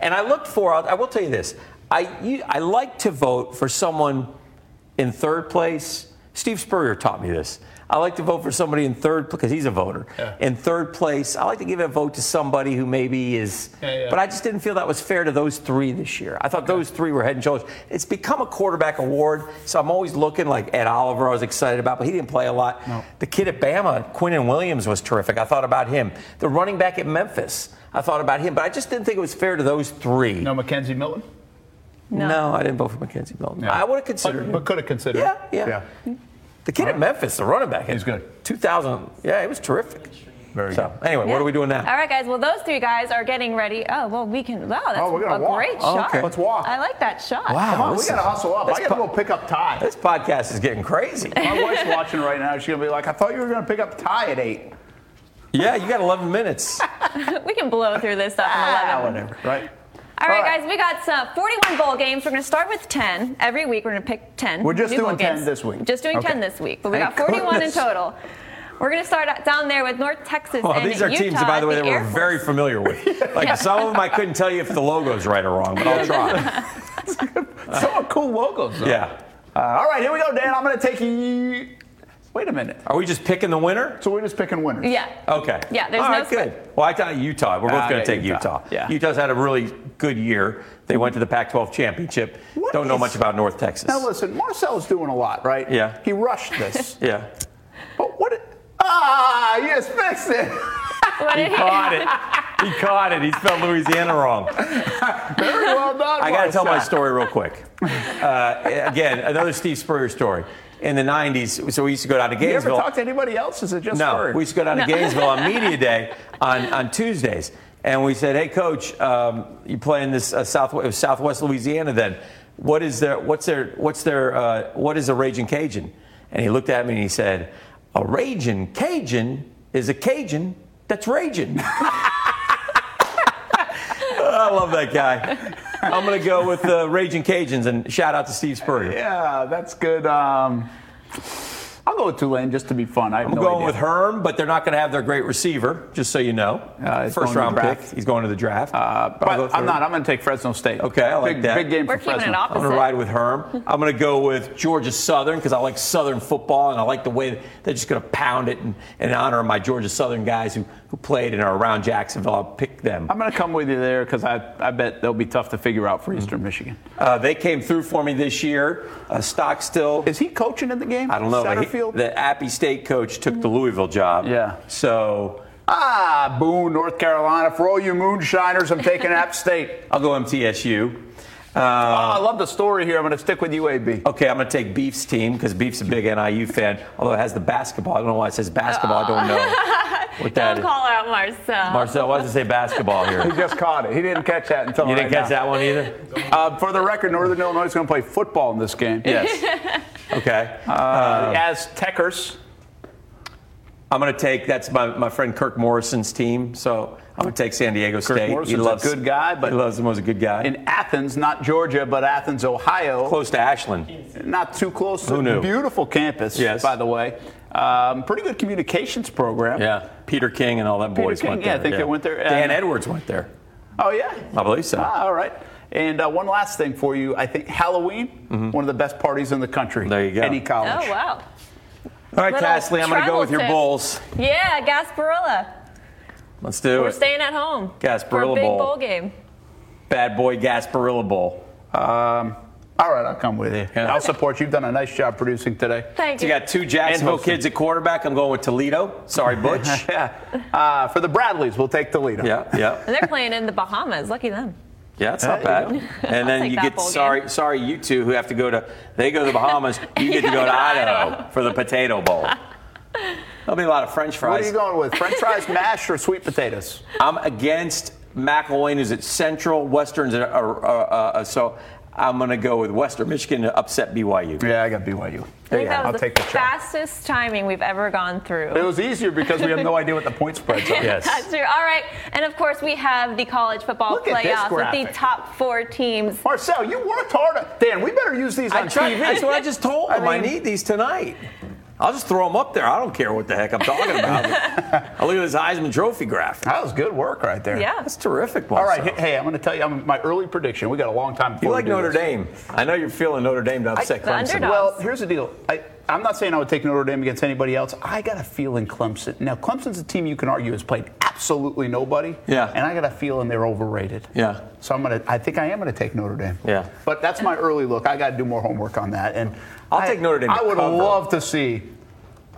Speaker 5: And I looked for. I will tell you this. I you, I like to vote for someone in third place. Steve Spurrier taught me this. I like to vote for somebody in third because he's a voter.
Speaker 4: Yeah.
Speaker 5: In third place, I like to give a vote to somebody who maybe is.
Speaker 4: Yeah, yeah.
Speaker 5: But I just didn't feel that was fair to those three this year. I thought those three were head and shoulders. It's become a quarterback award, so I'm always looking like Ed Oliver. I was excited about, but he didn't play a lot.
Speaker 4: No.
Speaker 5: The kid at Bama, Quinn and Williams, was terrific. I thought about him. The running back at Memphis, I thought about him, but I just didn't think it was fair to those three.
Speaker 4: No, Mackenzie Milton.
Speaker 5: No, I didn't vote for Mackenzie Milton.
Speaker 4: Yeah.
Speaker 5: I would have considered
Speaker 4: But,
Speaker 5: him.
Speaker 4: but could have considered.
Speaker 5: Yeah, yeah, The kid at Memphis, the running back,
Speaker 4: He's good.
Speaker 5: 2000. Yeah, he was terrific.
Speaker 4: Very
Speaker 5: so, anyway,
Speaker 3: Yeah.
Speaker 5: what are we doing now?
Speaker 3: All right, guys. Well, those three guys are getting ready. Oh, well, we can. Wow, that's
Speaker 1: Oh, we're gonna
Speaker 3: a
Speaker 1: walk.
Speaker 3: great
Speaker 1: Oh,
Speaker 3: shot.
Speaker 5: okay. Let's
Speaker 1: walk.
Speaker 3: I like that shot.
Speaker 5: Wow.
Speaker 4: Come on, we
Speaker 5: This
Speaker 4: gotta
Speaker 5: is-
Speaker 4: hustle up.
Speaker 5: this
Speaker 4: I gotta
Speaker 5: po-
Speaker 4: go pick up Ty.
Speaker 5: This podcast is getting crazy.
Speaker 4: My wife's watching right now. She's gonna be like, "I thought you were gonna pick up Ty at eight.
Speaker 5: yeah, you got 11 minutes.
Speaker 3: We can blow through this stuff in 11.
Speaker 4: Ah, whatever, right?
Speaker 3: All right,
Speaker 4: All right.
Speaker 3: guys, we got some 41 bowl games. We're going to start with 10. Every week, we're going to pick 10.
Speaker 4: We're just
Speaker 3: new bowl
Speaker 4: doing 10
Speaker 3: games.
Speaker 4: this week.
Speaker 3: Just doing
Speaker 4: Okay.
Speaker 3: 10 this week, but we
Speaker 5: Thank
Speaker 3: got 41
Speaker 5: goodness.
Speaker 3: in total. We're going to start out down there with North Texas
Speaker 5: Well,
Speaker 3: and
Speaker 5: Oh, these are
Speaker 3: Utah.
Speaker 5: teams, by the way,
Speaker 3: at
Speaker 5: that we're
Speaker 3: Air Force.
Speaker 5: very familiar with. Like some of them, I couldn't tell you if the logo's right or wrong, but I'll try.
Speaker 4: Some cool logos. though.
Speaker 5: yeah.
Speaker 4: Uh, all right, here we go, Dan. I'm gonna take you. Wait a minute.
Speaker 5: Are we just picking the winner?
Speaker 1: So we're just picking winners.
Speaker 3: Yeah.
Speaker 5: Okay.
Speaker 3: Yeah, there's
Speaker 5: All
Speaker 3: no
Speaker 5: right,
Speaker 3: split.
Speaker 5: good. Well, I thought Utah. We're both
Speaker 4: Ah,
Speaker 5: going
Speaker 4: yeah,
Speaker 5: to take
Speaker 4: Utah.
Speaker 5: Utah.
Speaker 4: Yeah.
Speaker 5: Utah's had a really good year. They went to the Pac-12 championship.
Speaker 4: What
Speaker 5: Don't know
Speaker 4: is-
Speaker 5: much about North Texas.
Speaker 4: Now listen, Marcel's doing a lot, right?
Speaker 5: Yeah.
Speaker 4: He rushed this.
Speaker 5: yeah.
Speaker 4: But what? Ah, yes, fix it.
Speaker 3: What did he-
Speaker 5: Caught it. He caught it. He spelled Louisiana wrong.
Speaker 4: Very well done.
Speaker 5: I got to tell my
Speaker 4: Marcel.
Speaker 5: story real quick. Uh, again, another Steve Spurrier story. In the 90s, so we used to go down to
Speaker 4: You ever
Speaker 5: Gainesville.
Speaker 4: talk to anybody else? Is it just
Speaker 5: No,
Speaker 4: Spurrier?
Speaker 5: we used to go down to Gainesville on media day on, on Tuesdays, and we said, "Hey, coach, um, you play in this uh, South, it was Southwest Louisiana? Then what is their what's their what's their uh, what is a raging Cajun?" And he looked at me and he said, "A raging Cajun is a Cajun that's raging." I love that guy. I'm going to go with uh, Raging Cajuns and shout out to Steve Spurrier.
Speaker 4: Yeah, that's good. Um, I'll go with Tulane just to be fun. I have
Speaker 5: I'm
Speaker 4: no
Speaker 5: going
Speaker 4: idea.
Speaker 5: with Herm, but they're not going to have their great receiver, just so you know.
Speaker 4: Uh, he's going
Speaker 5: First
Speaker 4: to
Speaker 5: round
Speaker 4: the
Speaker 5: pick.
Speaker 4: draft.
Speaker 5: He's going to the draft.
Speaker 4: Uh,
Speaker 5: I'll go
Speaker 4: but
Speaker 5: with
Speaker 4: I'm
Speaker 5: Herm.
Speaker 4: not. I'm going to take Fresno State.
Speaker 5: Okay, I like
Speaker 4: big,
Speaker 5: that.
Speaker 4: Big game
Speaker 3: We're
Speaker 4: for
Speaker 3: keeping
Speaker 4: Fresno.
Speaker 3: it
Speaker 5: I'm going
Speaker 3: opposite.
Speaker 5: to ride with Herm. I'm going to go with Georgia Southern because I like Southern football and I like the way that they're just going to pound it and, and honor my Georgia Southern guys who, who played and are around Jacksonville. I'll pick them.
Speaker 4: I'm going to come with you there because I, I bet they'll be tough to figure out for Eastern Michigan.
Speaker 5: Uh, they came through for me this year. Uh, Stock still.
Speaker 4: Is he coaching in the game?
Speaker 5: I don't know. but
Speaker 4: Satterfield?
Speaker 5: he- the Appy State coach took the Louisville job.
Speaker 4: Yeah.
Speaker 5: So
Speaker 4: ah, Boone, North Carolina. For all you moonshiners, I'm taking App State.
Speaker 5: I'll go MTSU. Uh,
Speaker 4: Oh, I love the story here. I'm going to stick with UAB.
Speaker 5: Okay, I'm going to take Beef's team because Beef's a big NIU fan, although it has the basketball. I don't know why it says basketball. I don't know what that
Speaker 3: Don't
Speaker 5: is.
Speaker 3: call out Marcel.
Speaker 5: Marcel, why does it say basketball here?
Speaker 4: He just caught it. He didn't catch that until
Speaker 5: You didn't
Speaker 4: right
Speaker 5: catch
Speaker 4: now.
Speaker 5: that one either?
Speaker 4: Uh, for the record, Northern Illinois is going to play football in this game.
Speaker 5: Yes. Okay.
Speaker 4: Uh, Aztecers.
Speaker 5: I'm going to take, that's my, my friend Kirk Morrison's team, so I'm going to take San Diego State.
Speaker 4: Morrison's a good guy, but-
Speaker 5: He loves him as a good guy.
Speaker 4: in Athens, not Georgia, but Athens, Ohio.
Speaker 5: Close to Ashland.
Speaker 4: Not too close. to
Speaker 5: Who knew?
Speaker 4: Beautiful campus,
Speaker 5: Yes.
Speaker 4: by the way. Um, pretty good communications program.
Speaker 5: Yeah. Peter King and all that
Speaker 4: Peter
Speaker 5: boys
Speaker 4: King,
Speaker 5: went
Speaker 4: yeah,
Speaker 5: there.
Speaker 4: I think they went there, uh,
Speaker 5: Dan
Speaker 4: and-
Speaker 5: Edwards went there.
Speaker 4: Oh, yeah?
Speaker 5: I believe so.
Speaker 4: Ah, all right. And uh, one last thing for you. I think Halloween, one of the best parties in the country.
Speaker 5: Mm-hmm. There you go.
Speaker 4: Any college.
Speaker 3: Oh wow.
Speaker 5: All right,
Speaker 3: Little
Speaker 5: Cassidy, I'm going to go
Speaker 3: travel
Speaker 5: with your
Speaker 3: tip.
Speaker 5: Bulls.
Speaker 3: Yeah, Gasparilla.
Speaker 5: Let's do
Speaker 3: We're
Speaker 5: it.
Speaker 3: staying at home. for a
Speaker 5: Gasparilla
Speaker 3: big
Speaker 5: Bowl.
Speaker 3: bowl game.
Speaker 5: Bad boy Gasparilla Bowl.
Speaker 4: Um, all right, I'll come with you.
Speaker 5: Yeah.
Speaker 4: I'll support you. You've done a nice job producing today.
Speaker 3: Thank
Speaker 5: You
Speaker 3: you.
Speaker 5: got two Jacksonville
Speaker 4: And Houston.
Speaker 5: kids at quarterback. I'm going with Toledo. Sorry, Butch.
Speaker 4: yeah. Uh, for the Bradleys, we'll take Toledo.
Speaker 5: yeah, yeah,
Speaker 3: And they're playing in the Bahamas. Lucky them.
Speaker 5: yeah. It's not
Speaker 4: There
Speaker 5: bad.
Speaker 4: you
Speaker 5: And
Speaker 3: I'll
Speaker 5: then
Speaker 3: take
Speaker 5: you
Speaker 3: that
Speaker 5: get
Speaker 3: bowl game.
Speaker 5: sorry, sorry, you two who have to go to. They go to the Bahamas. You get to go to Idaho for the Potato Bowl. There'll be a lot of French
Speaker 4: What are you
Speaker 5: fries.
Speaker 4: going with? French fries, mashed, or sweet potatoes?
Speaker 5: I'm against McElwain. Is at Central? Western's at, uh, uh, uh, so. I'm going to go with Western Michigan to upset BYU.
Speaker 4: Yeah, I got BYU.
Speaker 3: I think that was
Speaker 4: I'll
Speaker 3: the
Speaker 4: take the chalk.
Speaker 3: fastest timing we've ever gone through.
Speaker 4: It was easier because we have no idea what the point spreads are.
Speaker 5: Yes.
Speaker 3: That's true. All right. And of course, we have the college football
Speaker 4: Look at this
Speaker 3: playoffs with
Speaker 4: graphic.
Speaker 3: the top four teams.
Speaker 4: Marcel, you worked hard. on- Dan, we better use these on
Speaker 5: I tried,
Speaker 4: TV.
Speaker 5: that's what I just told
Speaker 4: I
Speaker 5: them. I,
Speaker 4: mean-
Speaker 5: need these tonight. I'll just throw them up there. I don't care what the heck I'm talking about. I look at this Heisman Trophy graphic.
Speaker 4: That was good work right there.
Speaker 3: Yeah.
Speaker 5: That's terrific,
Speaker 4: Oh. All right.
Speaker 5: Marcel.
Speaker 4: he- Hey, I'm going to tell you I'm, my early prediction. We got a long time.
Speaker 5: you
Speaker 4: before
Speaker 5: like
Speaker 4: we do
Speaker 5: Notre
Speaker 4: this.
Speaker 5: Dame. I know you're feeling Notre Dame to upset
Speaker 3: The
Speaker 5: Clemson.
Speaker 3: underdog.
Speaker 4: Well, here's the deal. I, I'm not saying I would take Notre Dame against anybody else. I got a feeling Clemson. Now, Clemson's a team you can argue has played absolutely nobody.
Speaker 5: Yeah.
Speaker 4: And I got a feeling they're overrated.
Speaker 5: Yeah.
Speaker 4: So I'm gonna. I think I am gonna take Notre Dame.
Speaker 5: Yeah.
Speaker 4: But that's my early look. I got to do more homework on that. And
Speaker 5: I'll
Speaker 4: I-
Speaker 5: take Notre Dame to
Speaker 4: I would
Speaker 5: cover.
Speaker 4: love to see.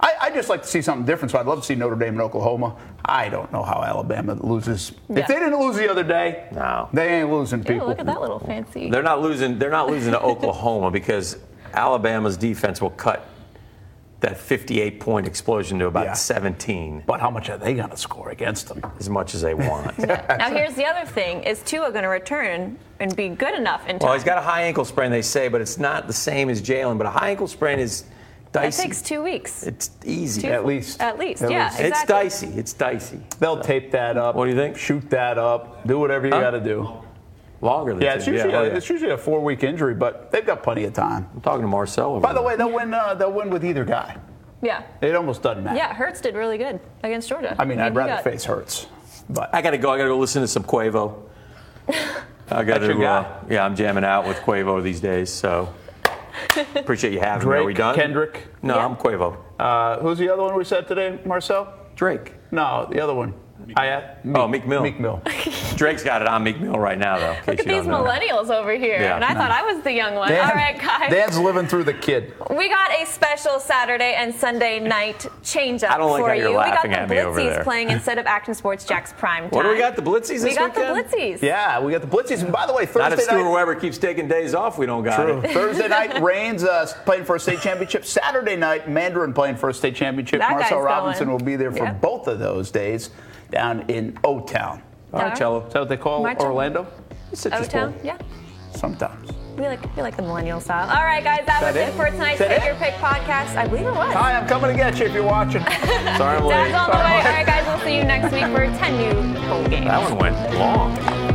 Speaker 4: I, I just like to see something different. So I'd love to see Notre Dame and Oklahoma. I don't know how Alabama loses.
Speaker 3: Yeah.
Speaker 4: If they didn't lose the other day,
Speaker 5: No.
Speaker 4: they ain't losing
Speaker 3: Ooh,
Speaker 4: people.
Speaker 3: look at that little fancy.
Speaker 5: They're not losing. They're not losing to Oklahoma because Alabama's defense will cut that 58 point explosion to about
Speaker 4: Yeah.
Speaker 5: 17
Speaker 4: But how much are they gonna score against them?
Speaker 5: as much as they want.
Speaker 3: now, here's the other thing: is Tua going to return and be good enough in time?
Speaker 5: Well, he's got a high ankle sprain, they say, but it's not the same as Jalen. But a high ankle sprain is
Speaker 3: It
Speaker 5: dicey.
Speaker 3: takes two weeks.
Speaker 5: It's easy.
Speaker 3: Two-
Speaker 4: At least.
Speaker 3: At least.
Speaker 4: At
Speaker 3: yeah.
Speaker 4: least.
Speaker 5: It's
Speaker 3: exactly.
Speaker 5: dicey. It's dicey.
Speaker 4: They'll tape that up.
Speaker 5: What do you think?
Speaker 4: Shoot that up. Do whatever you
Speaker 5: Huh?
Speaker 4: got to do.
Speaker 5: Longer than
Speaker 4: Yeah,
Speaker 5: two.
Speaker 4: it's usually
Speaker 5: oh,
Speaker 4: A, it's usually a four week injury, but they've got plenty of time.
Speaker 5: I'm talking to Marcel. Over
Speaker 4: By the
Speaker 5: there.
Speaker 4: way, they'll win. Uh, they'll win with either guy.
Speaker 3: Yeah.
Speaker 4: It almost doesn't matter.
Speaker 3: Yeah. Hertz did really good against Georgia.
Speaker 4: I mean, I'd
Speaker 3: he
Speaker 4: rather
Speaker 3: got-
Speaker 4: face Hurts, but
Speaker 5: I gotta go. I gotta go listen to some Quavo. I gotta.
Speaker 4: your guy.
Speaker 5: Uh, yeah, I'm jamming out with Quavo these days. So appreciate you having me. Are we
Speaker 4: Drake,
Speaker 5: done?
Speaker 4: Kendrick.
Speaker 5: No,
Speaker 3: Yeah.
Speaker 5: I'm Quavo.
Speaker 4: uh, who's the other one we said today, Marcel?
Speaker 5: Drake.
Speaker 4: No, the other one. I,
Speaker 5: Oh, Meek Mill.
Speaker 4: Meek Mill.
Speaker 5: Drake's got it on Meek Mill right now, though. In case
Speaker 3: Look at
Speaker 5: you
Speaker 3: these
Speaker 5: don't know.
Speaker 3: millennials over here.
Speaker 5: Yeah.
Speaker 3: and I thought I was the young one. All right, guys.
Speaker 4: Dad's living through the kid.
Speaker 3: We got a special Saturday and Sunday night change up
Speaker 5: I don't like
Speaker 3: for
Speaker 5: how you're
Speaker 3: you.
Speaker 5: laughing
Speaker 3: we got
Speaker 5: at
Speaker 3: the
Speaker 5: me over
Speaker 3: Blitzies
Speaker 5: there.
Speaker 3: playing instead of Action Sports Jack's prime time.
Speaker 5: What do we got? The Blitzies
Speaker 3: We
Speaker 5: this
Speaker 3: got
Speaker 5: weekend?
Speaker 3: the Blitzies.
Speaker 4: Yeah, we got the Blitzies. And by the way,
Speaker 5: Not if
Speaker 4: Thursday
Speaker 5: Stuart
Speaker 4: night.
Speaker 5: Weber keeps taking days off. We don't got
Speaker 4: True.
Speaker 5: it.
Speaker 4: Thursday night, Reigns uh, playing for a state championship. Saturday night, Mandarin playing for a state championship.
Speaker 3: That
Speaker 4: Marcel
Speaker 3: guy's
Speaker 4: Robinson
Speaker 3: going.
Speaker 4: will be there for
Speaker 3: Yep.
Speaker 4: both of those days down in O Town.
Speaker 5: All right, Cello.
Speaker 4: Is that what they call
Speaker 3: March-
Speaker 4: Orlando?
Speaker 3: O Town. Yeah.
Speaker 4: Sometimes.
Speaker 3: We like we like the millennial style. All right, guys, that,
Speaker 4: That
Speaker 3: was it,
Speaker 4: it?
Speaker 3: for tonight's
Speaker 4: That
Speaker 3: Pick
Speaker 4: it?
Speaker 3: Your Pick podcast. I believe it was.
Speaker 4: Hi, I'm coming to get you if you're watching.
Speaker 5: Sorry, I'm late.
Speaker 3: Dad's on the way. All right, guys, we'll see you next week for 10 new bowl games.
Speaker 5: That one went long.